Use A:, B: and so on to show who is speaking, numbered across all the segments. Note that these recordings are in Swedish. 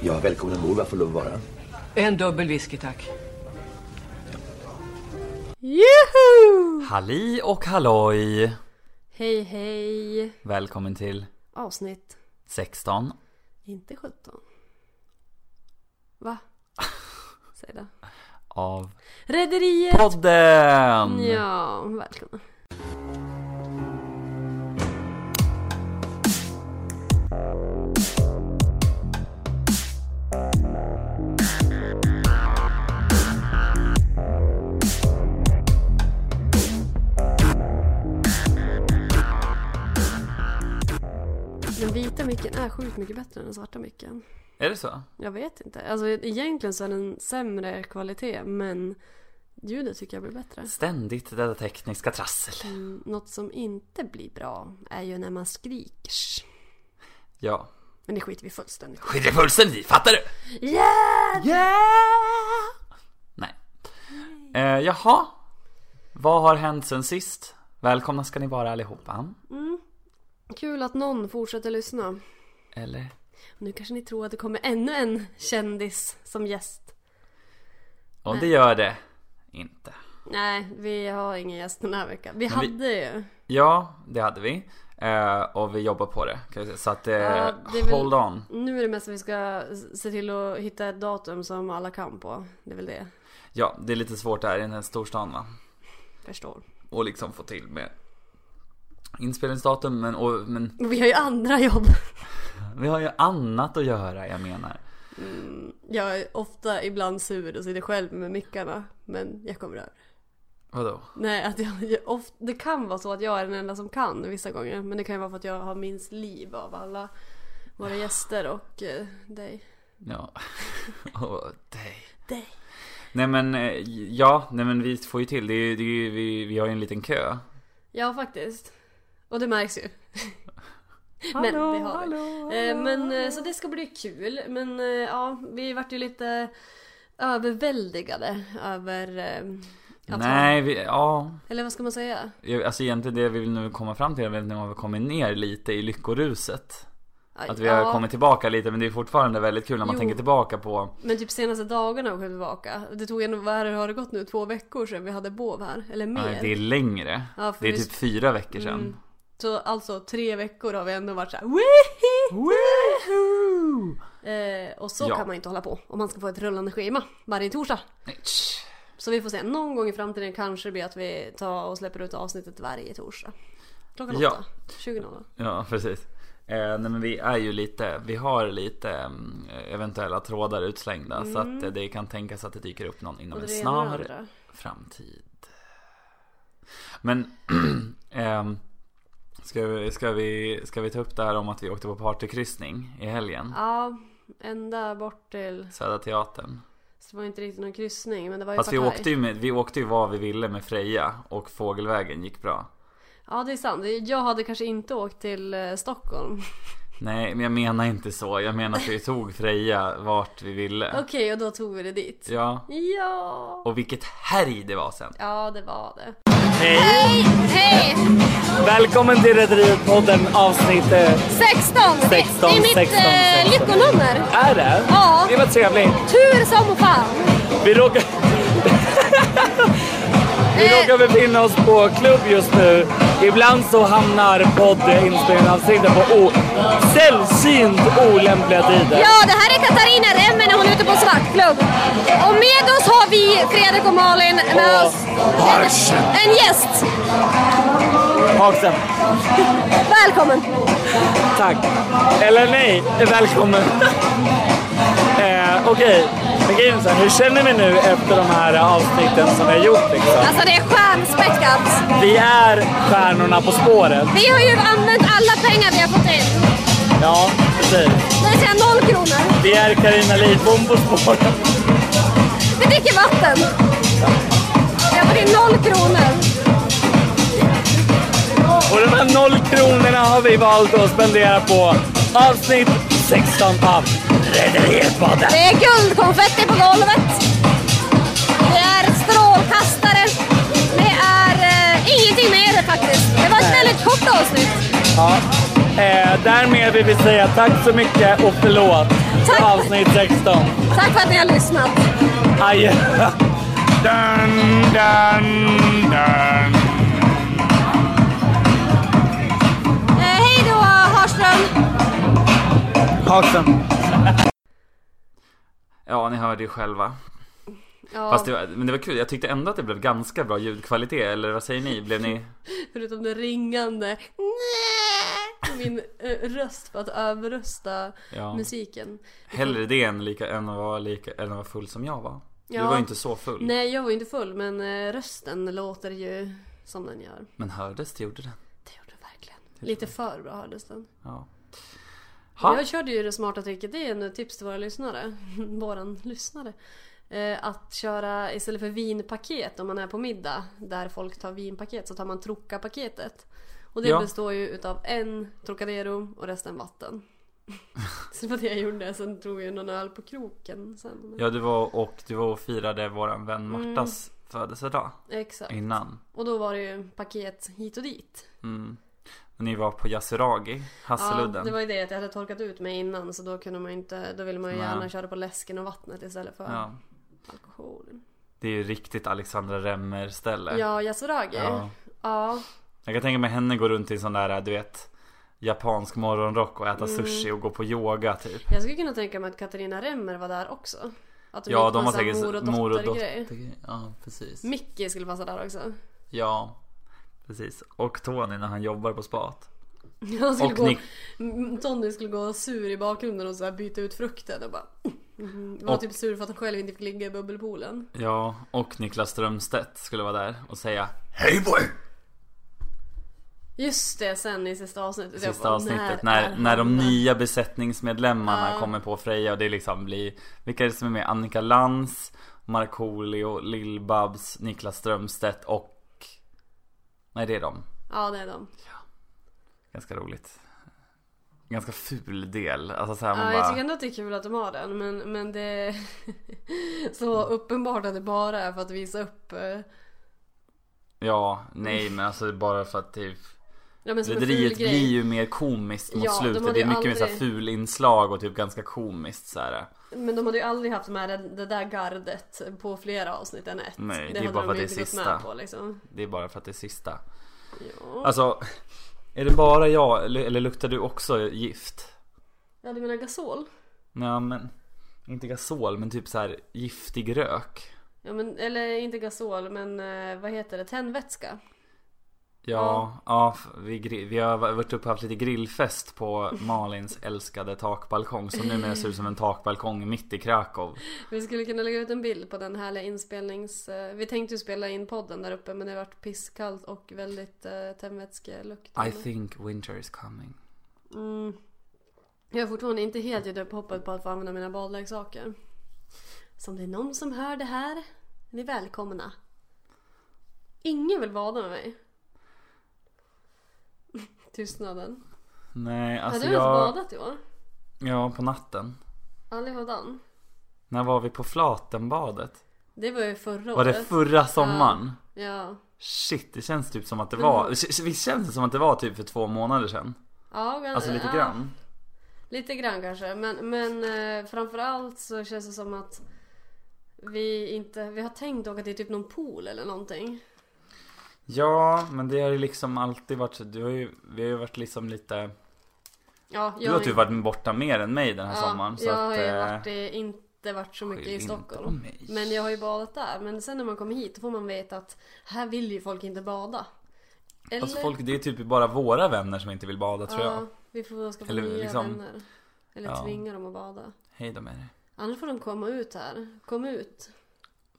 A: Ja, välkommen ombord. Vad får lov att vara?
B: En dubbel whisky tack.
C: Juhu!
D: Halli och halloj!
C: Hej hej!
D: Välkommen till
C: Avsnitt
D: 16.
C: Inte 17. Va? Säg det.
D: av
C: Rederiet!
D: podden!
C: Ja, välkomna. Den vita micken är sjukt mycket bättre än den svarta micken.
D: Är det så?
C: Jag vet inte. Alltså egentligen så är den sämre kvalitet men ljudet tycker jag blir bättre.
D: Ständigt detta tekniska trassel.
C: Mm, Något som inte blir bra är ju när man skriker.
D: Ja.
C: Men det skiter vi fullständigt i.
D: Skit i fullständigt i, fattar du?
C: Yeah!
D: Nej. Eh, jaha. Vad har hänt sen sist? Välkomna ska ni vara allihopa.
C: Kul att någon fortsätter lyssna.
D: Eller?
C: Nu kanske ni tror att det kommer ännu en kändis som gäst.
D: Och det gör det. Inte.
C: Nej, vi har ingen gäst den här veckan. Vi
D: vi- Eh,
C: hade ju.
D: Ja, det hade vi. Eh, och vi jobbar på det. kan jag säga. Så att, eh,
C: Ja, det är väl-
D: hold on.
C: Nu är det mest att vi ska se till att hitta ett datum som alla kan på. Det är väl det.
D: Ja, det är lite svårt där i den här storstan va?
C: Förstår.
D: och liksom få till med inspelningsdatum men, och, men
C: Men vi har ju andra jobb.
D: vi har ju annat att göra jag menar.
C: Jag är ofta ibland sur och sitter själv med mickarna. Men jag kommer över.
D: Vadå?
C: Nej, att jag, jag oft, det kan vara så att jag är den enda som kan vissa gånger. Men det kan ju vara för att jag har minst liv av alla våra gäster och eh, dig.
D: Ja. och dig.
C: Dig.
D: Nej men eh, ja, nej men vi får ju till. Det är, ju- det är, ju- vi, vi har ju en liten kö.
C: Ja, faktiskt. Och det märks ju. men det har vi. Eh, men, eh, så det ska bli kul. Men eh, ja, vi vart ju lite överväldigade över... eh, att ha-
D: Nej, vi, ja.
C: Eller vad ska man säga?
D: Jag- Alltså egentligen det vi vill nu komma fram till är väl att nu har vi kommit ner lite i lyckoruset.
C: Aj,
D: Att vi
C: ja,
D: har kommit tillbaka lite men det är fortfarande väldigt kul när man
C: Jo.
D: tänker tillbaka på
C: Men typ senaste dagarna har vi kommit tillbaka. Det tog ändå, vad är det, har det gått nu? Två veckor sedan vi hade Båv här. Eller mer.
D: Nej, det är längre.
C: Ja, för
D: det är
C: vi-
D: typ fyra veckor sedan.
C: Mm. Så alltså tre veckor har vi ändå varit såhär Wihi!
D: Woohoo!
C: Eh, och så
D: Ja.
C: kan man inte hålla på om man ska få ett rullande schema varje torsdag.
D: Nej, tsch.
C: Så vi får se, någon gång i framtiden kanske det blir att vi tar och släpper ut avsnittet varje torsdag. Klockan
D: Ja.
C: åtta, 20.00.
D: Ja, precis. Eh, nej men vi är ju lite, vi har lite mm, eventuella trådar utslängda så att eh, det kan tänkas att det dyker upp någon inom
C: Mm. Och
D: en
C: det ena och det
D: snar
C: andra.
D: framtid. Men ehm, ska, vi, ska, vi, ska vi ta upp det här om att vi åkte på partykryssning i helgen?
C: Ja, ända bort till...
D: Södra Teatern.
C: Så det var inte riktigt någon kryssning men det var ju
D: Fast vi
C: partaj.
D: åkte, ju med, vi åkte ju vad vi ville med Freja och Fågelvägen gick bra.
C: Ja det är sant. Jag hade kanske inte åkt till eh, Stockholm.
D: Nej, men jag menar inte så. Jag menar att vi tog Freja vart vi ville.
C: Okej och då tog vi det dit.
D: Ja.
C: Ja.
D: Och vilket härj det var sen!
C: Ja det var det.
E: Hej! Hej!
F: Välkommen till Rederiet-podden avsnitt... eh,
E: 16! Det-
F: 16,
E: det är mitt
F: 16, 16.
E: eh, lyckonummer.
F: Är det?
E: Ja.
F: Det var trevligt.
E: Tur som fan!
F: Vi råkar... Vi råkar befinna oss på klubb just nu. Ibland så hamnar poddinspelningsavsnitten på o- sällsynt olämpliga tider.
E: Ja, det här är Katarina Remme när hon är ute på svartklubb. Och med oss har vi Fredrik och Malin med oss. En, en gäst.
F: Haksem.
E: Välkommen!
F: Tack. Eller nej, välkommen. eh, Okej, men grejen är så här, hur känner vi nu efter de här avsnitten som vi har gjort? Liksom?
E: Alltså det är stjärnspäckat.
F: Vi är stjärnorna på spåret.
E: Vi har ju använt alla pengar vi har fått in.
F: Ja, precis.
E: Det vill säga noll kronor.
F: Vi är Carina Lidbom på spåret.
E: Vi dricker vatten. Vi har fått in noll kronor.
F: Och de här noll kronorna har vi valt att spendera på avsnitt 16 av Rederietpodden.
E: Det är guldkonfetti på golvet. Det är strålkastare. Det är eh, ingenting mer faktiskt. Det var ett väldigt kort avsnitt.
F: Ja. Eh, därmed vill vi säga tack så mycket och förlåt. avsnitt 16.
E: Tack för att ni har lyssnat.
F: Adjö.
G: Dun, dun, dun.
E: Eh, hej då Harström.
F: Haken.
D: Ja, ni hörde ju själva.
C: Ja,
D: Fast det var, men det var kul, jag tyckte ändå att det blev ganska bra ljudkvalitet, eller vad säger ni? Blev ni...
C: förutom det ringande min eh, röst för att överrösta
D: Ja.
C: musiken.
D: Hellre det än, lika, än, att vara lika, än att vara full som jag var. Du
C: Ja.
D: var ju inte så full.
C: Nej, jag var ju inte full men eh, rösten låter ju som den gör.
D: Men hördes, det gjorde den.
C: Det gjorde den verkligen. Lite för bra hördes den.
D: Ja. Ha.
C: Jag körde ju det smarta tricket, det är en tips till våra lyssnare. Våran lyssnare. Eh, Att köra istället för vinpaket om man är på middag där folk tar vinpaket så tar man Troca-paketet. Och det
D: Ja.
C: består ju utav en Trocadero och resten vatten. så det var det jag gjorde, sen drog jag någon öl på kroken sen.
D: Ja, du var och, du var och firade våran vän
C: Mm.
D: Martas födelsedag
C: Exakt.
D: innan.
C: Och då var det ju paket hit och dit.
D: Och ni var på Yasuragi,
C: Ja,
D: Hasseludden.
C: det var ju det att jag hade torkat ut mig innan så då kunde man ju inte, då ville man ju
D: Nej.
C: gärna köra på läsken och vattnet istället för
D: Ja.
C: alkoholen.
D: Det är ju riktigt Alexandra Remmer ställe.
C: Ja, Yasuragi.
D: Ja.
C: Ja. ja.
D: Jag kan tänka mig henne gå runt i en sån där, du vet, japansk morgonrock och äta
C: Mm.
D: sushi och gå på yoga typ.
C: Jag skulle kunna tänka mig att Katarina Remmer var där också. Att de
D: Ja,
C: gick på
D: de
C: en
D: har
C: sån här
D: säkert
C: mor och dotter-grej.
D: dotter- Ja, precis.
C: Micke skulle passa där också.
D: Ja, precis. Och Tony när han jobbar på spat.
C: Han skulle
D: Och
C: gå,
D: Nick-
C: Mm, Tony skulle gå sur i bakgrunden och så här byta ut frukten och bara... Mm, var
D: Och-
C: typ sur för att han själv inte fick ligga i bubbelpoolen.
D: Ja, och Niklas Strömstedt skulle vara där och säga
A: Hej boy!
C: Just det, sen i sista avsnittet. Jag
D: sista
C: bara,
D: avsnittet
C: är
D: när, när de
C: han där?
D: nya besättningsmedlemmarna
C: Ja.
D: kommer på Freja och det liksom blir Vilka är det som är med? Annika Lantz, Markoolio, Lill-Babs, Niklas Strömstedt och Nej det är de
C: Ja, det är de.
D: Ganska roligt Ganska ful del, alltså så här, man
C: Ja,
D: bara,
C: jag tycker ändå att det är kul att de har den men, men det är så uppenbart att det bara är för att visa upp eh,
D: Ja, nej men alltså bara för att typ
C: ja, men som en ful
D: Rederiet blir
C: grej.
D: ju mer komiskt mot
C: Ja, de
D: slutet.
C: hade
D: Det är
C: ju
D: mycket mer så här
C: aldrig-
D: ful inslag och typ ganska komiskt så här.
C: Men de hade ju aldrig haft med det, det där gardet på flera avsnitt än ett.
D: Nej, det är
C: hade
D: bara för
C: de ju
D: att det är
C: inte gått
D: sista.
C: Med på, liksom.
D: Det är bara för att det är sista.
C: ja.
D: Alltså, är det bara jag eller, eller luktar du också gift?
C: ja, du menar gasol?
D: Nej men, inte gasol men typ så här giftig rök.
C: Ja, men, eller inte gasol men eh, vad heter det? Tändvätska?
D: Ja, ja f- vi, gri- vi har varit uppe och haft lite grillfest på Malins älskade takbalkong som numera ser ut som en takbalkong mitt i Krakow.
C: Vi skulle kunna lägga ut en bild på den härliga inspelnings... eh, vi tänkte ju spela in podden där uppe men det vart pisskallt och väldigt uh, tändvätskeluktande.
D: I think winter is coming.
C: Jag har fortfarande inte helt gett upp hoppet på att få använda mina badleksaker. Så om det är någon som hör det här, ni är välkomna. Ingen vill bada med mig. Tystnaden.
D: Nej, alltså
C: har du ens
D: jag...
C: badat i år?
D: Ja, på natten.
C: Aldrig badan.
D: När var vi på Flatenbadet?
C: Det var ju förra
D: Var det
C: året.
D: förra sommaren?
C: Ja.
D: Shit, det känns typ som att det var... Visst känns det som att det var typ för två månader sedan?
C: ja gan-
D: Alltså lite
C: ja,
D: grann.
C: Lite grann kanske. Men, men eh, framförallt så känns det som att vi inte... Vi har tänkt åka till typ någon pool eller någonting.
D: Ja, men det har ju liksom alltid varit... Du har ju, vi har ju varit liksom lite...
C: Ja,
D: Du har typ varit borta mer än mig den här sommaren. Så
C: jag
D: att,
C: har ju
D: eh,
C: varit i, inte varit så mycket
D: skyll
C: i
D: inte
C: Stockholm.
D: på mig.
C: Men jag har ju badat där. Men sen när man kommer hit då får man veta att här vill ju folk inte bada. Eller?
D: Alltså folk, det är typ bara våra vänner som inte vill bada tror jag.
C: ja, vi får skaffa
D: Eller
C: nya
D: liksom-
C: vänner. Eller
D: Ja.
C: tvinga dem att bada.
D: Hej då med dig.
C: Annars får de komma ut här. Kom ut.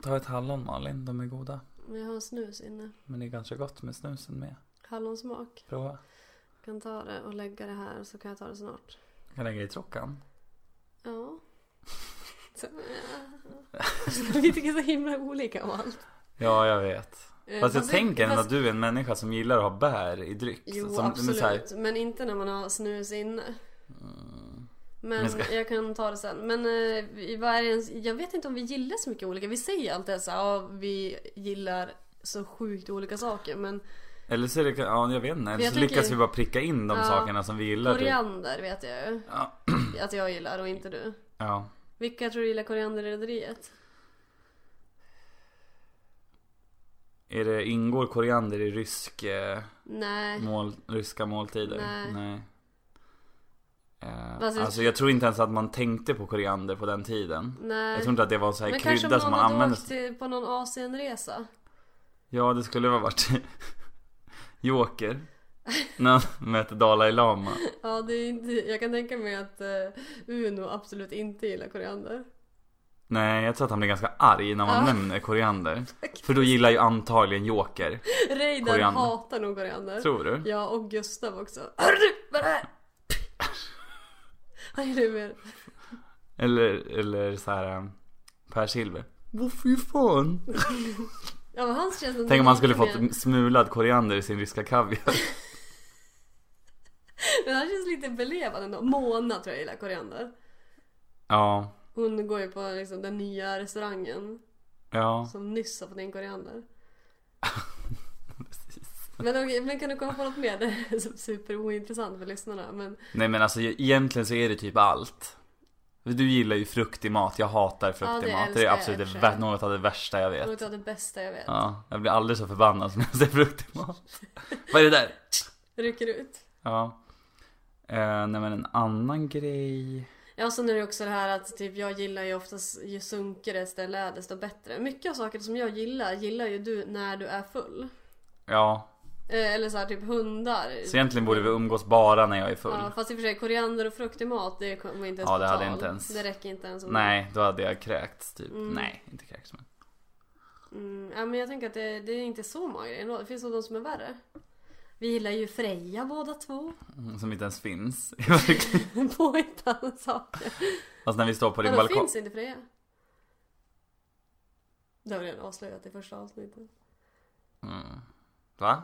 D: Ta ett hallon Malin, de är goda.
C: Men jag har en snus inne.
D: Men det är ganska gott med snusen med.
C: Hallonsmak.
D: Prova.
C: Jag kan ta det och lägga det här så kan jag ta det snart.
D: Jag kan lägga i trockan.
C: Ja. Så, vi tycker så himla olika om allt.
D: Ja, jag vet.
C: Eh,
D: Fast jag
C: vi-
D: tänker ändå
C: fast-
D: att du är en människa som gillar att ha bär i dryck.
C: Jo
D: som, men
C: absolut,
D: så här,
C: men inte när man har snus inne. Men
D: Mm. Men ska-
C: jag kan ta det sen. Men eh, vi- vad är det, ens- jag vet inte om vi gillar så mycket olika. Vi säger alltid så här, ja, vi gillar så sjukt olika saker. Men
D: eller så är det, ja, jag vet inte. Eller
C: jag
D: så
C: tänker-
D: lyckas vi bara pricka in de
C: Ja.
D: sakerna som vi gillar. typ.
C: koriander vet jag ju
D: Ja.
C: att jag gillar och inte du.
D: Ja.
C: Vilka tror du gillar korianderrederiet?
D: Är det, ingår koriander i rysk, eh,
C: Nej.
D: mål, ryska måltider?
C: Nej.
D: Eh,
C: Alltså-
D: alltså jag tror inte ens att man tänkte på koriander på den tiden.
C: Nej.
D: Jag tror inte att det var en sån här
C: Men kanske om
D: krydda
C: någon
D: som man
C: hade
D: använde.
C: åkt till, på någon Asienresa.
D: Ja det skulle ha varit Joker. När han möter Dalai Lama.
C: Ja, det är inte, jag kan tänka mig att eh, Uno absolut inte gillar koriander.
D: Nej jag tror att han blir ganska arg när man
C: Ja.
D: nämner koriander. För då gillar ju antagligen Joker.
C: Reidar
D: Koriander.
C: hatar nog koriander.
D: Tror du?
C: Ja, och Gustav också. Hörru, vad är det här? Han gillar ju mer.
D: Eller, eller så här eh, Per Silver. Vad fy fan?
C: Ja, men hans känns
D: Tänk om han skulle
C: lite mer-
D: fått smulad koriander i sin ryska kaviar.
C: Men han känns lite belevad ändå. Mona tror jag gillar koriander.
D: Ja,
C: Hon går ju på liksom, den nya restaurangen
D: ja.
C: som nyss har fått in koriander. Men, okej, men kan du komma på något mer? Det är så super ointressant för lyssnarna. Men
D: Nej men alltså egentligen så är det typ allt. Du gillar ju fruktig mat, jag hatar
C: Ja,
D: fruktig
C: det
D: mat.
C: älskar
D: Det är
C: jag
D: absolut
C: i och
D: det
C: för
D: vä-
C: sig.
D: något av det värsta jag vet.
C: något av det bästa jag vet.
D: Ja, jag blir aldrig så förbannad som när jag ser fruktig mat. Vad är det där?
C: Rycker ut.
D: Ja. Eh, nej men en annan grej.
C: Ja, sen är det också det här att typ, jag gillar ju oftast ju sunkigare ett ställe är desto bättre. Mycket av saker som jag gillar gillar ju du när du är full.
D: Ja,
C: Eh, eller så här typ hundar.
D: så egentligen borde vi umgås bara när jag är full.
C: Ja, fast i och för sig koriander och frukt i mat det kommer inte ens
D: Ja,
C: på
D: det hade
C: tal.
D: inte ens-
C: Det räcker inte ens. om-
D: Nej, då hade jag kräkts typ. Nej, inte kräkts men.
C: Mm, ja, men jag tänker att det, det är inte så många grejer ändå. Det finns nog de som är värre. Vi gillar ju Freja båda två.
D: Mm, Som inte ens finns. Fast
C: Påhittade saker.
D: när vi står på din
C: Men
D: balkong.
C: finns inte Freja? Det har vi redan avslöjat i första avsnittet.
D: Va?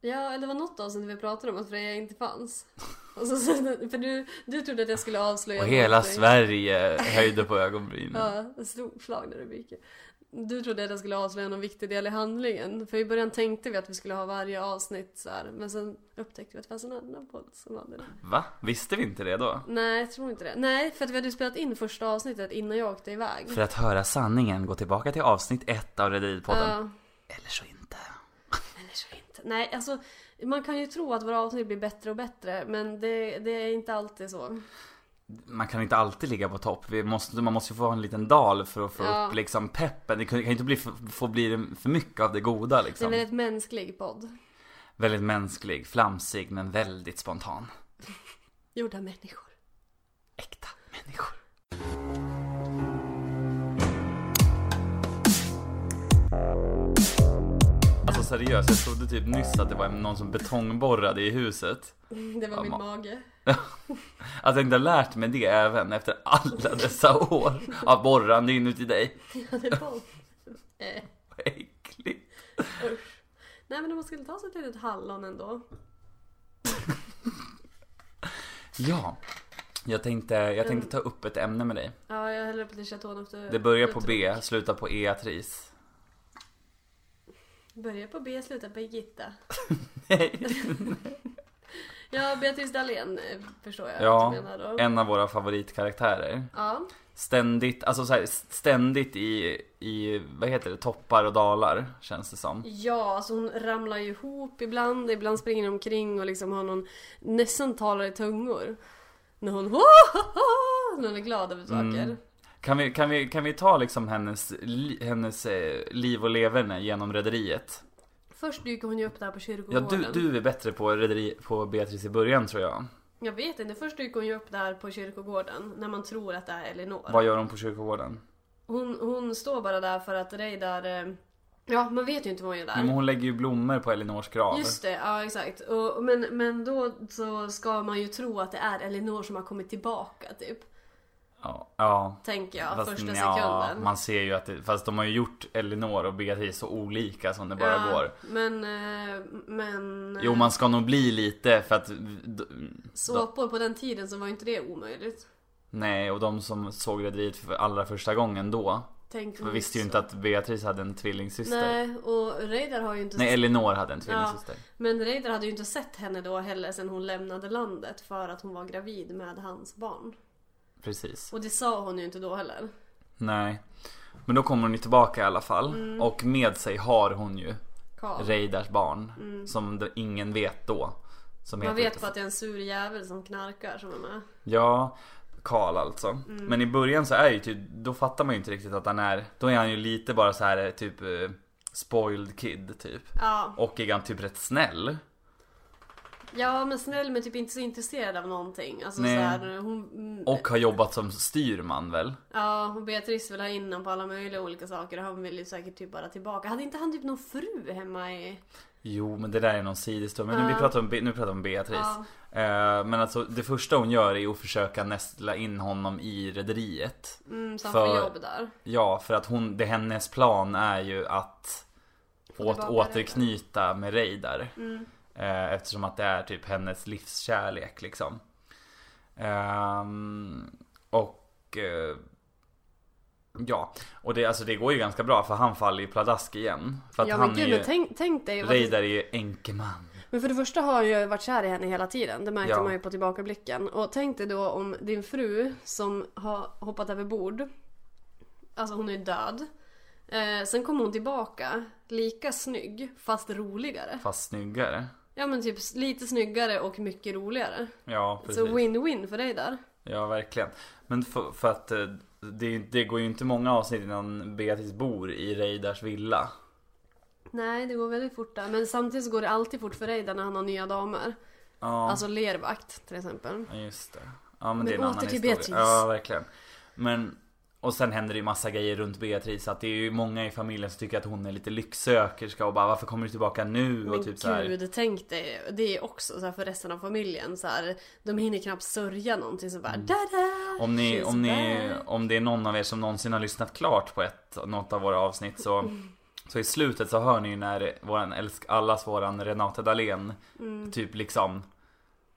C: Ja, eller det var något avsnitt vi pratade om att Freja inte fanns. Och så, för du, du trodde att jag skulle avslöja
D: Och hela
C: någonting.
D: Sverige höjde på ögonbrynen.
C: Ja, storslagna rubriker. Du trodde att jag skulle avslöja någon viktig del i handlingen. För i början tänkte vi att vi skulle ha varje avsnitt så här. Men sen upptäckte vi att det fanns en annan podd som hade det.
D: Va? Visste vi inte det då?
C: Nej, jag tror inte det. Nej, för att vi hade ju spelat in första avsnittet innan jag åkte iväg.
D: För att höra sanningen, gå tillbaka till avsnitt ett av Rederipodden.
C: Ja,
D: Eller så inte.
C: eller så inte. Nej, alltså man kan ju tro att våra avsnitt blir bättre och bättre. Men det, det är inte alltid så.
D: Man kan inte alltid ligga på topp. Vi måste, man måste ju få ha en liten dal för att få
C: Ja.
D: upp liksom peppen. Det kan kan ju inte bli för, få bli det för mycket av det goda
C: Det är
D: liksom.
C: en väldigt mänsklig podd.
D: Väldigt mänsklig, flamsig men väldigt spontan.
C: Gjorda människor.
D: Äkta människor. Alltså seriöst, jag trodde typ nyss att det var någon som betongborrade i huset.
C: Det var min
D: ma-
C: mage.
D: Att Alltså, jag inte har lärt mig det även efter alla dessa år av borrande inuti dig.
C: Ja, det var... Eh.
D: Vad äckligt.
C: Usch. Nej men om man skulle ta sig ett litet hallon ändå.
D: Ja, jag tänkte, jag tänkte ta upp ett ämne med dig.
C: Ja, jag häller upp lite chaton efter...
D: Det börjar på
C: efter-
D: B, slutar på E, Tris.
C: Börjar på B, slutar på Birgitta.
D: Nej.
C: Ja, Beatrice Dahlén eh, förstår jag
D: Ja,
C: att du menar då.
D: en av våra favoritkaraktärer.
C: Ja,
D: Ständigt, alltså så här, ständigt i, i, vad heter det, toppar och dalar känns det som.
C: ja alltså hon ramlar ju ihop ibland. Ibland springer hon omkring och liksom har någon... Nästan talar i tungor. När hon... När hon är glad över saker.
D: Mm. Kan vi, kan vi, kan vi ta liksom hennes, li- hennes eh, liv och leverne genom rederiet?
C: Först dyker hon ju upp där på
D: Ja,
C: kyrkogården.
D: du, du är bättre på, rederi, på Beatrice i början tror jag.
C: Jag vet inte, först dyker hon ju upp där på kyrkogården. När man tror att det är Elinor.
D: Vad gör hon på kyrkogården?
C: Hon, hon står bara där för att Reidar... eh, Ja, man vet ju inte vad hon gör
D: Men
C: där.
D: hon lägger ju blommor på Elinors grav.
C: Just det, ja exakt. Och, men, men då så ska man ju tro att det är Elinor som har kommit tillbaka typ.
D: Ja, ja.
C: Tänker jag, första
D: nja,
C: sekunden.
D: man ser ju att det, fast de har ju gjort Elinor och Beatrice så olika som det bara
C: Ja, Mm.
D: går.
C: Men, eh, men...
D: Jo, man ska nog bli lite för att...
C: Såpor på den tiden så var ju inte det omöjligt.
D: Nej, och de som såg Rederiet för allra första gången då
C: Tänk om-
D: visste ju inte att Beatrice hade en tvillingsyster. Nej,
C: Mm. Nej, och Reidar har ju inte...
D: Elinor hade en tvillingsyster.
C: Men Reidar hade ju inte sett henne då heller sen hon lämnade landet för att hon var gravid med hans barn.
D: precis.
C: Och det sa hon ju inte då heller.
D: Nej. Men då kommer hon ju tillbaka i alla fall.
C: Mm.
D: Och med sig har hon ju
C: Karl.
D: Reidars barn. Som d- ingen vet då. Som
C: Mm. Man
D: heter
C: vet
D: lite
C: bara att det är en sur jävel som knarkar som är med.
D: Ja, Karl alltså. Men i början så är ju typ, då fattar man ju inte riktigt att han är, då är han ju lite bara så här eh, typ eh, spoiled kid typ.
C: Ja.
D: Och är han typ rätt snäll.
C: ja, men snäll men typ inte så intresserad av någonting. Alltså
D: Nej.
C: så här, hon, mm,
D: Och har jobbat som styrman väl?
C: Ja, och Beatrice vill ha in honom på alla möjliga olika saker och han vill ju säkert typ bara tillbaka. Hade inte han typ någon fru hemma i...
D: Jo men det där är någon sidostory, men nu, vi pratar om, Be- nu pratar vi om Beatrice.
C: Ja.
D: Eh, men alltså det första hon gör är att försöka nästla in honom i rederiet.
C: Mm, så han
D: För-
C: får jobb där.
D: Ja, för att hon, det, hennes plan är ju att åt,
C: tillbaka Mm.
D: återknyta med Reidar. Eh, eftersom att det är typ hennes livskärlek liksom. Ehm, och eh, ja, och det, alltså, det går ju ganska bra för han faller ju pladask igen. För att
C: Ja men
D: han är
C: gud,
D: ju,
C: men tänk, tänk dig. vad-
D: Reidar är ju enkeman.
C: Men för det första har han ju varit kär i henne hela tiden. Det märkte
D: Ja.
C: man ju på tillbakablicken. Och tänk dig då om din fru som har hoppat över bord. Alltså hon är ju död. Eh, sen kommer hon tillbaka, lika snygg fast roligare.
D: Fast snyggare.
C: Ja men typ lite snyggare och mycket roligare.
D: Ja, precis.
C: Så win-win för dig där.
D: Ja, verkligen. Men för, för att eh, det, är ju- det går ju inte många avsnitt innan Beatrice bor i Reidars villa.
C: Nej, det går väldigt fort där. Men samtidigt så går det alltid fort för dig där när han har nya damer.
D: Ja.
C: Alltså lervakt till exempel.
D: Ja just det. Ja men, det är en
C: åter
D: annan
C: till
D: historia.
C: Beatrice.
D: Ja verkligen. Men och sen händer det ju massa grejer runt Beatrice att det är ju många i familjen som tycker att hon är lite lycksökerska och bara varför kommer du tillbaka nu och
C: Men
D: typ så här.
C: gud, tänk dig det är också så här för resten av familjen. Så här, de hinner knappt sörja någonting så bara da-da!
D: Mm. Om, ni,
C: she's
D: om, ni,
C: back."
D: om det är någon av er som någonsin har lyssnat klart på ett, något av våra avsnitt så, så i slutet så hör ni ju när våran älsk, allas våran Renate Dahlén
C: Mm.
D: typ liksom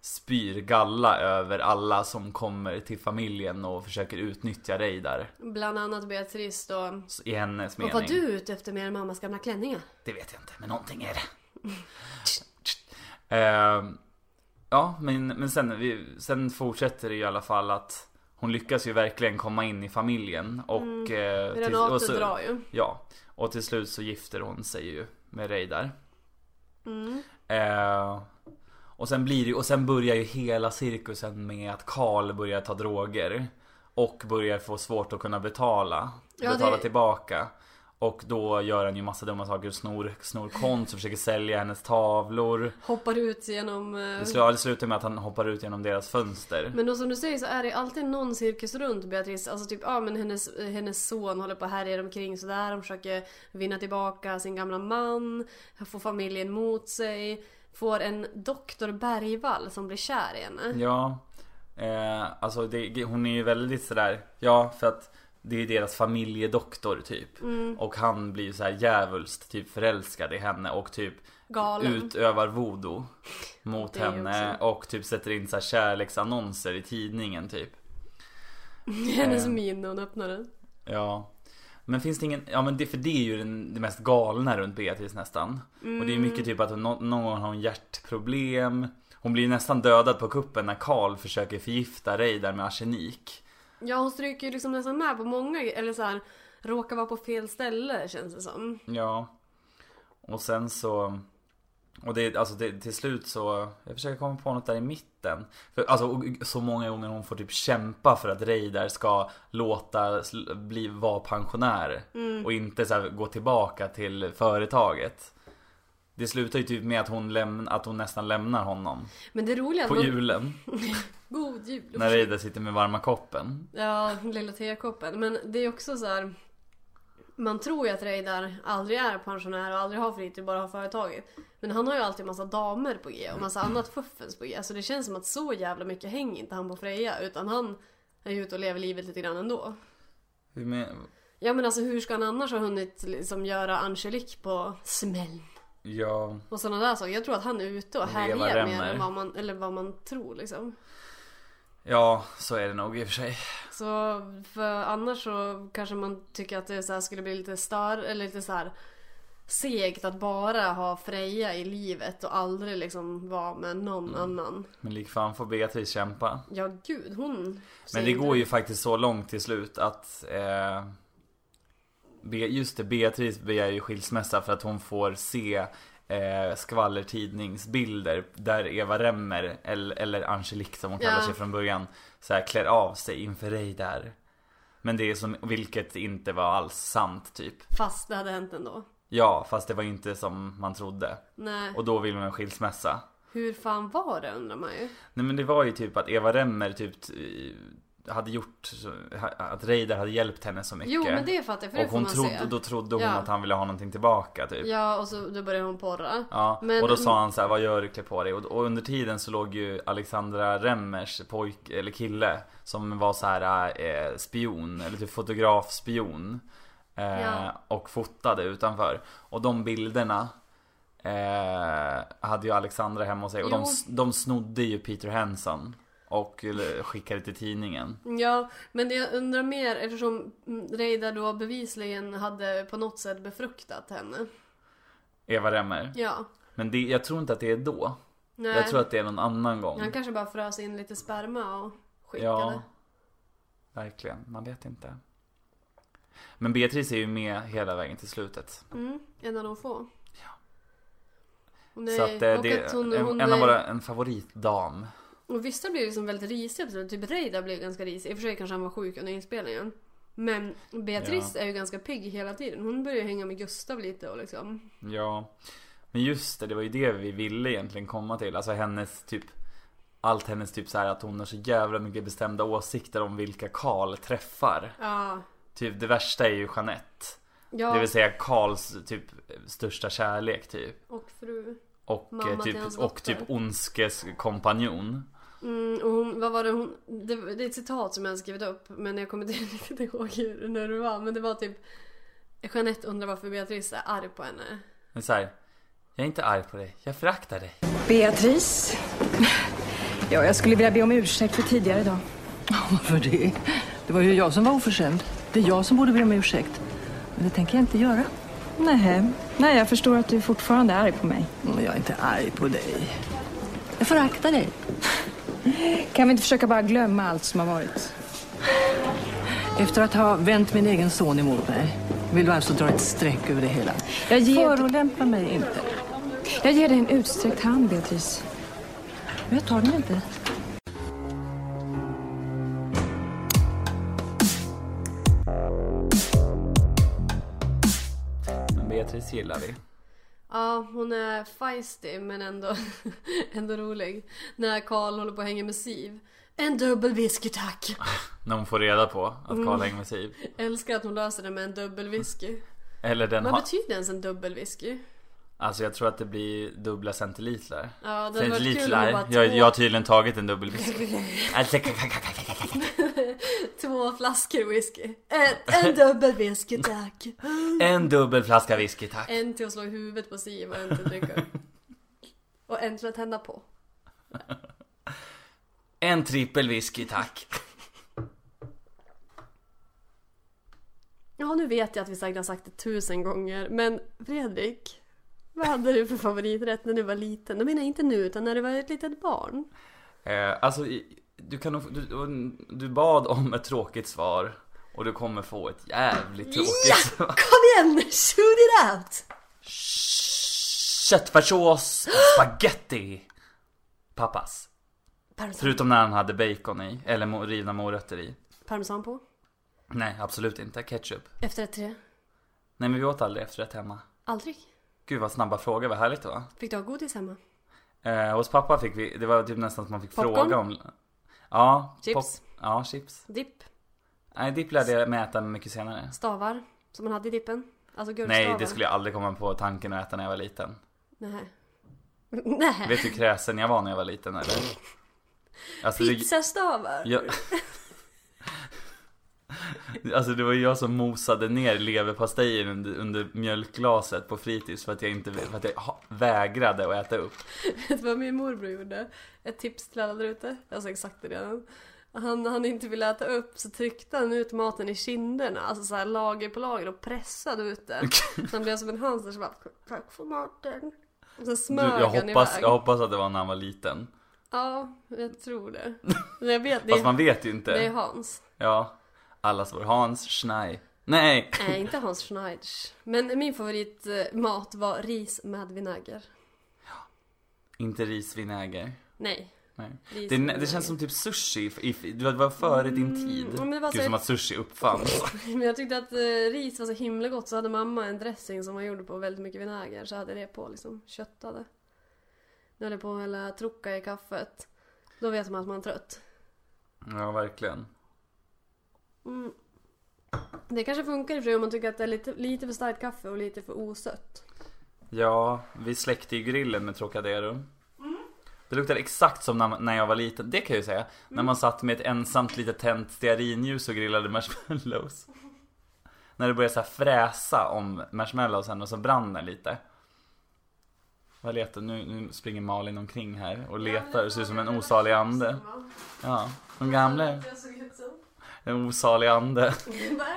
D: spyr galla över alla som kommer till familjen och försöker utnyttja dig där
C: Bland annat Beatrice då.
D: i hennes mening.
C: Och var du ute efter med mammas gamla klänningar?
D: Det vet jag inte, men någonting är det. Ehm, ja, men, men sen, vi, sen fortsätter det ju i alla fall att hon lyckas ju verkligen komma in i familjen och... eh, till- och
C: Renate
D: så-
C: drar ju.
D: Ja, och till slut så gifter hon sig ju med Reidar.
C: Mm.
D: Eh, och, sen blir det, ju- och sen börjar ju hela cirkusen med att Karl börjar ta droger. Och börjar få svårt att kunna betala.
C: Ja,
D: betala
C: det-
D: tillbaka. Och då gör han ju massa dumma saker. Snor, snor konst och försöker sälja hennes tavlor.
C: Hoppar ut genom... eh,
D: Det slu- det slutar med att han hoppar ut genom deras fönster.
C: Men då som du säger så är det alltid någon cirkus runt Beatrice. Alltså typ, ja men hennes, hennes son håller på och härjar omkring sådär. De försöker vinna tillbaka sin gamla man. Få familjen mot sig. Får en doktor Bergvall som blir kär i henne.
D: Ja, eh, alltså det, hon är ju väldigt sådär, ja för att det är ju deras familjedoktor typ.
C: Mm.
D: Och han blir ju såhär djävulskt typ förälskad i henne och typ
C: Galen.
D: utövar voodoo mot
C: Det är ju
D: henne och typ sätter in så här kärleksannonser i tidningen typ.
C: Hennes min när hon öppnar den.
D: Ja. Men finns det ingen, ja men det, för det är ju den, det mest galna runt Beatrice nästan. Och det är
C: Mm.
D: mycket typ att hon, nå- någon gång har hon hjärtproblem. Hon blir ju nästan dödad på kuppen när Karl försöker förgifta Reidar med arsenik.
C: Ja hon stryker ju liksom nästan med på många eller så här råkar vara på fel ställe känns det som.
D: Ja. Och sen så... Och det, alltså det, till slut så, jag försöker komma på något där i mitten. För, alltså och- så många gånger hon får typ kämpa för att Reidar ska låta sl- bli, vara pensionär. Och inte så här, gå tillbaka till företaget. Det slutar ju typ med att hon, lämn, att hon nästan lämnar honom.
C: Men det roliga är att
D: På
C: de-
D: julen.
C: God jul!
D: När Reidar sitter med varma koppen.
C: Ja, lilla tekoppen. Men det är också så här. Man tror ju att Reidar aldrig är pensionär och aldrig har fritid, bara har företaget. Men han har ju alltid massa damer på G och massa annat fuffens på G. Så det känns som att så jävla mycket hänger inte han på Freja. Utan han är ju ute och lever livet lite grann ändå.
D: Hur men,
C: Ja men alltså hur ska han annars ha hunnit liksom göra Angelique på smällen?
D: ja,
C: Och sådana där saker. Jag tror att han är ute och
D: Leva
C: härjar mer
D: remmar.
C: än vad man, eller vad man tror liksom.
D: ja, så är det nog i och för sig.
C: Så för annars så kanske man tycker att det så här skulle bli lite stör eller lite så här segt att bara ha Freja i livet och aldrig liksom vara med någon
D: Mm.
C: annan.
D: Men lik fan får Beatrice kämpa.
C: Ja gud, hon...
D: Men
C: säger
D: det
C: inte-
D: går ju faktiskt så långt till slut att eh, Be- Just det, Beatrice begär ju skilsmässa för att hon får se eh, skvallertidningsbilder där Eva Remmer, eller, eller Angelique som hon kallar
C: Ja.
D: sig från början, så här klär av sig inför dig där. Men det är som, vilket inte var alls sant typ.
C: Fast det hade hänt ändå.
D: Ja, fast det var inte som man trodde.
C: Nej.
D: Och då vill hon ha skilsmässa.
C: Hur fan var det undrar man ju.
D: Nej men det var ju typ att Eva Remmer typ t- hade gjort, ha- att Reidar hade hjälpt henne så mycket.
C: Jo men det fattar jag för det
D: och
C: får
D: hon
C: man
D: trodde,
C: se.
D: och då trodde hon
C: Ja.
D: att han ville ha någonting tillbaka typ. Ja.
C: Ja och så då började hon porra.
D: och då sa han så här, vad gör du, klä på dig? Och, och under tiden så låg ju Alexandra Remmers pojk, eller kille, som var så här eh, spion, eller typ fotografspion. Eh,
C: Ja.
D: Och fotade utanför. Och de bilderna eh, hade ju Alexandra hemma hos sig. Och de,
C: Jo.
D: de snodde ju Peter Hanson. Och eh, skickade till tidningen.
C: Ja, men det jag undrar mer eftersom mm, Reidar då bevisligen hade på något sätt befruktat henne.
D: Eva Remmer.
C: Ja.
D: Men det, jag tror inte att det är då.
C: Nej.
D: Jag tror att det är någon annan gång.
C: Han kanske bara frös in lite sperma och skickade.
D: Ja, verkligen. Man vet inte. Men Beatrice är ju med hela vägen till slutet.
C: Mm, en av de få. Ja. Nej,
D: så att, eh,
C: och
D: det
C: att hon,
D: en,
C: hon,
D: en av våra en favoritdam.
C: Och vissa blir liksom väldigt risiga absolut. Typ Reidar blev ganska risig. I och för sig kanske han var sjuk under inspelningen. Men Beatrice är ju ganska pigg hela tiden. Hon börjar ju hänga med Gustav lite och liksom.
D: Ja. Men just det, det var ju det vi ville egentligen komma till. Alltså hennes typ allt hennes typ så här att hon har så jävla mycket bestämda åsikter om vilka Karl träffar.
C: Ja.
D: Typ det värsta är ju Jeanette.
C: Ja,
D: Det vill säga Karls typ största kärlek typ.
C: och fru.
D: Och,
C: Mamma
D: eh,
C: till
D: typ,
C: hans
D: och typ
C: dotter.
D: ondskes kompanjon.
C: Mm, och hon, vad var det hon, det, det är ett citat som jag har skrivit upp men jag kommer inte riktigt ihåg hur, när det var. Men det var typ Jeanette undrar varför Beatrice är arg på henne.
D: Men så här, jag är inte arg på dig, jag föraktar dig.
H: Beatrice? Ja, jag skulle vilja be om ursäkt för tidigare idag.
B: Varför det? Det var ju jag som var oförskämd.
H: Det är jag som borde be om ursäkt.
B: Men det tänker jag inte göra.
H: Nej, nej, jag förstår att du fortfarande är arg på mig.
B: Mm, Jag är inte arg på dig. Jag föraktar dig.
H: Kan vi inte försöka bara glömma allt som har varit?
B: Efter att ha vänt min egen son emot mig vill du alltså dra ett streck över det hela.
H: Jag ger,
B: Förolämpa mig inte.
H: jag ger dig en utsträckt hand, Beatrice. Men jag tar den inte.
D: Men Beatrice gillar vi.
C: Ja, hon är feisty men ändå, ändå rolig. När Karl håller på att hänga med Siv. En dubbel whisky tack!
D: När hon får reda på att
C: Mm.
D: Karl hänger med Siv.
C: Älskar att hon löser det med en dubbel whisky.
D: Eller den
C: Vad
D: har...
C: betyder ens en dubbel whisky?
D: Alltså jag tror att det blir dubbla centilitrar.
C: Ja, det hade varit kul om det
D: Centilitrar.
C: var
D: Jag,
C: två,
D: jag har tydligen tagit en dubbel whisky. Alltså,
C: två flaskor whisky. En, en dubbel whisky tack!
D: en dubbel flaska whisky tack.
C: En till att slå i huvudet på Siv och en till att dricka upp. Och en till att tända på.
D: En trippel whisky tack.
C: Ja, nu vet jag att vi säkert har sagt det tusen gånger, men Fredrik. Vad hade du för favoriträtt när du var liten? Då menar jag inte nu, utan när du var ett litet barn.
D: Eh, alltså i- du kan nog... Du, du bad om ett tråkigt svar. Och du kommer få ett jävligt tråkigt svar.
C: Kom igen! Shoot it out!
D: Köttfärssås och spaghetti. Pappas.
C: Parmesan,
D: Förutom när han hade bacon i, eller mo- rivna morötter i.
C: parmesan på.
D: Nej, absolut inte. Ketchup.
C: Efterrätt tre.
D: Nej, men vi åt aldrig efterrätt hemma.
C: Aldrig.
D: Gud vad snabba frågor, vad härligt det var.
C: Fick du ha godis hemma?
D: Eh, hos pappa fick vi, det var typ nästan som man fick
C: Popcorn?
D: fråga om... Ja.
C: Chips?
D: ja, chips.
C: Dipp?
D: Nej, dipp lärde jag mig äta mycket senare.
C: Stavar? Som man hade i dippen? Alltså gurkstavar?
D: Nej, det skulle jag aldrig komma på tanken att äta när jag var liten.
C: Nej. Nej.
D: Vet du hur kräsen jag var när jag var liten eller? Alltså, det-
C: Pizzastavar?
D: Jag... Alltså det var ju jag som mosade ner leverpastejen under, under mjölkglaset på fritids för att jag, inte, för att jag ha- vägrade att äta upp.
C: Vet du vad min morbror gjorde? Ett tips till alla där ute. Jag sa exakt det redan. han, han inte ville äta upp så tryckte han ut maten i kinderna, alltså så här lager på lager och pressade ut den. Så han blev som en hamster som bara Tack för maten. Och sen
D: Du,
C: smög
D: jag,
C: han
D: hoppas,
C: iväg.
D: jag hoppas att det var när han var liten.
C: Ja, jag tror det. Men jag vet, det,
D: Fast
C: är-
D: man vet ju
C: det är
D: inte.
C: Hans.
D: Ja. Allas vår Hans Schnei. Nej!
C: Nej, inte Hans Schneiders. Men min favoritmat var ris med vinäger.
D: Inte risvinäger.
C: Nej.
D: Nej.
C: Ris
D: Det,
C: med
D: det känns som typ sushi, i, i, det var före din tid.
C: Mm, men det var så-
D: Gud, som att sushi uppfanns.
C: Men jag tyckte att eh, ris var så himla gott så hade mamma en dressing som hon gjorde på väldigt mycket vinäger så hade det på liksom köttade. Nu höll jag på att hälla trocka i kaffet. Då vet man att man är trött.
D: Ja, verkligen.
C: Mm. Det kanske funkar i och för sig om man tycker att det är lite, lite för starkt kaffe och lite för osött.
D: Ja, vi släckte ju grillen med Trocadero. Det luktar exakt som när, när jag var liten, det kan jag ju säga. När man satt med ett ensamt litet tänt stearinljus och grillade marshmallows. när det började så här fräsa om marshmallowsen och så brann den lite. Vad letar nu, nu springer Malin omkring här och letar och ser ut som en osalig ande. Ja, de gamla. En osalig ande.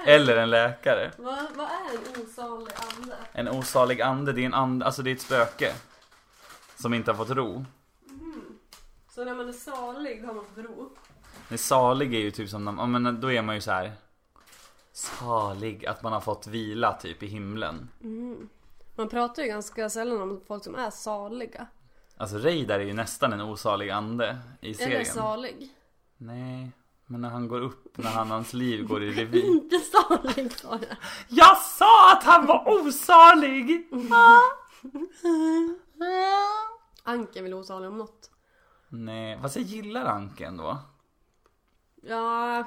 D: Eller en läkare.
C: Vad, vad är en osalig ande?
D: En osalig ande, det är en and, alltså det är ett spöke. Som inte har fått ro.
C: Så när man är salig då har man fått ro.
D: Men salig är ju typ som, när- ja men då är man ju så här. Salig, att man har fått vila typ i himlen.
C: Man pratar ju ganska sällan om folk som är saliga.
D: Alltså Reidar är ju nästan en osalig ande i
C: Eller
D: serien.
C: salig.
D: Nej, men när han går upp, när han, hans liv går i revy.
C: Inte salig sa jag.
D: Jag sa att han var osalig! Ah!
C: Anken vill osalig om något.
D: Nej, fast jag gillar Anken då.
C: Ja,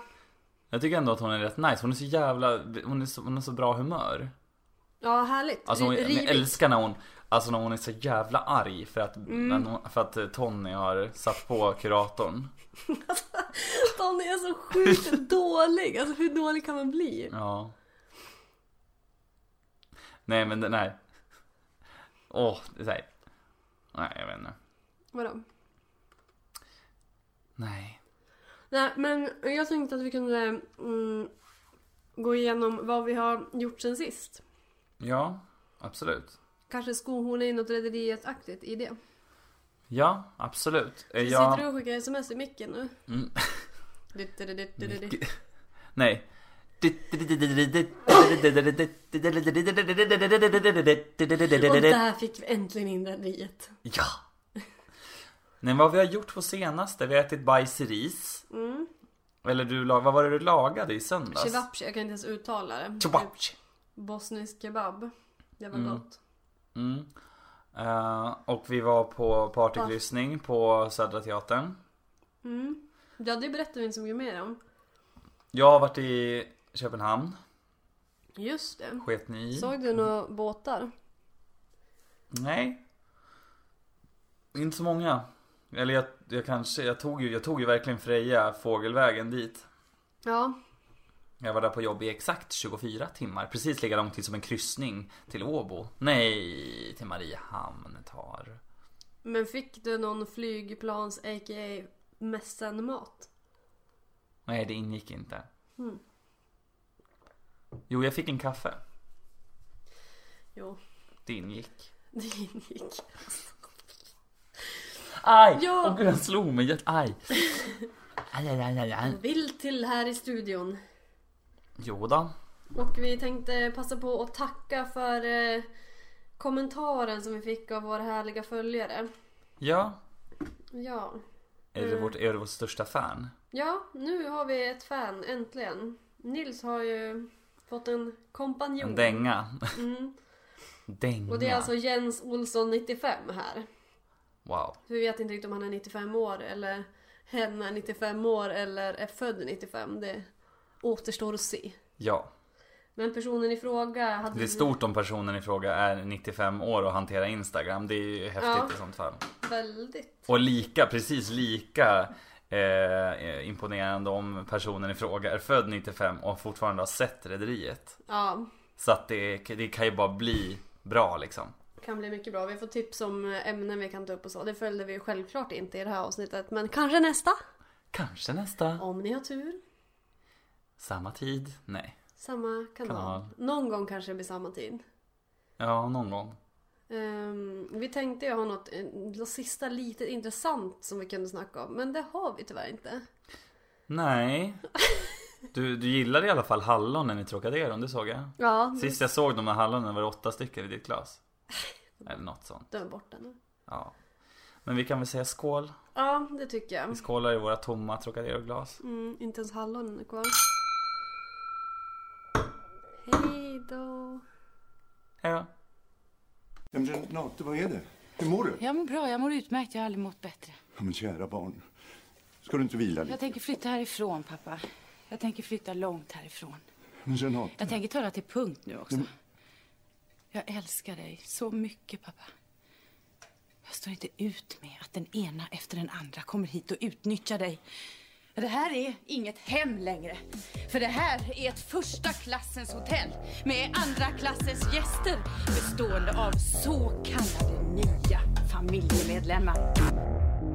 D: Jag tycker ändå att hon är rätt nice, hon är så jävla, hon är så, hon är så bra humör.
C: ja härligt.
D: Alltså hon,
C: Ri-
D: jag
C: rivig.
D: älskar när hon, alltså när hon är så jävla arg för att, när hon, för att eh, Tony har satt på kuratorn.
C: Tony är så sjukt dålig. Alltså hur dålig kan man bli?
D: Ja. Nej men den här. Åh, det är så här. Nej jag vet inte.
C: Vadå?
D: Nej.
C: Nej, men jag tänkte att vi kunde mm, gå igenom vad vi har gjort sen sist.
D: Ja, absolut.
C: Kanske skohorna inåt rederiet-aktigt i det.
D: Ja, absolut. Eh,
C: Ja.
D: Jag...
C: Sitter du och skickar sms i micken nu?
D: Mm.
C: Ditt, ditt, ditt, ditt, ditt.
D: Nej.
C: Och där fick vi äntligen in rederiet.
D: Ja. Nej, vad vi har gjort på senaste, vi har ätit bajs i ris.
C: Mm.
D: Eller du, la- vad var det du lagade i söndags?
C: Chivapchi, jag kan inte ens uttala det.
D: Chivapchi.
C: Bosnisk kebab. Det var gott.
D: Mm. Eh, och vi var på partykryssning på Södra Teatern.
C: Ja, det berättar vi inte så mycket mer om.
D: Jag har varit i Köpenhamn,
C: Just det.
D: sket ni i?
C: Såg du några båtar?
D: Nej. Inte så många. Eller jag, jag kanske, jag tog ju, jag tog ju verkligen Freja fågelvägen dit.
C: Ja,
D: Jag var där på jobb i exakt 24 timmar, precis lika lång tid som en kryssning till Åbo. Nej, till Mariehamn tar.
C: men fick du någon flygplans a.k.a. mässan-mat?
D: Nej, det ingick inte. Jo, jag fick en kaffe.
C: Jo,
D: Det ingick.
C: det ingick.
D: Aj!
C: Ja.
D: Och den slog mig jätte... Aj. Aj, aj, aj, aj, aj.
C: Vill till här i studion.
D: Jo då.
C: Och vi tänkte passa på att tacka för eh, kommentaren som vi fick av våra härliga följare.
D: Ja.
C: Ja.
D: Är
C: Mm.
D: du vårt, är du vårt största fan?
C: ja, nu har vi ett fan äntligen. Nils har ju fått en kompanjon. Mm.
D: En dänga. Dänga.
C: Och det är alltså Jens Olsson 95 här.
D: Wow.
C: Vi vet inte riktigt om han är 95 år eller hen är 95 år eller är född 95. Det återstår att se.
D: Ja.
C: Men personen i fråga hade
D: Det är stort om personen i fråga är 95 år och hanterar Instagram. Det är ju häftigt
C: Ja.
D: i sånt fall.
C: väldigt...
D: Och lika, precis lika eh, imponerande om personen i fråga är född 95 och fortfarande har sett Rederiet.
C: Ja,
D: Så att det, det kan ju bara bli bra liksom.
C: kan bli mycket bra. Vi får eh, tips om ämnen vi kan ta upp och så. Det följde vi ju självklart inte i det här avsnittet, men kanske nästa.
D: Kanske nästa.
C: Om ni har tur.
D: Samma tid. Nej.
C: Samma kanal.
D: Kanal.
C: Någon gång kanske det blir samma tid.
D: Ja, någon gång.
C: Ehm, vi tänkte ju ha något, eh, något sista lite intressant som vi kunde snacka om. Men det har vi tyvärr inte.
D: Nej. Du, du gillade i alla fall hallonen i Trocadero, det såg jag.
C: Ja,
D: Sist jag såg de här hallonen var det åtta stycken i ditt glas. Eller något sånt.
C: den är borta nu.
D: Ja. Men vi kan väl säga skål.
C: Ja, det tycker
D: Vi
C: jag.
D: skålar i våra tomma Trocadero-glas.
C: Mm, inte ens hallonen är kvar. Hej då.
D: Hej då.
I: Ja, men Renate, vad är det? Hur mår du?
J: Ja, men bra. Jag mår utmärkt. Jag har aldrig mått bättre.
I: Ja, men kära barn, ska du inte vila
J: Jag
I: lite?
J: tänker flytta härifrån, pappa. Jag tänker flytta långt härifrån.
I: Men Renate,
J: Jag tänker ta det till punkt nu också. Jag älskar dig så mycket, pappa. Jag står inte ut med att den ena efter den andra kommer hit och utnyttjar dig. Det här är inget hem längre. För det här är ett första klassens hotell med andra klassens gäster bestående av så kallade nya familjemedlemmar.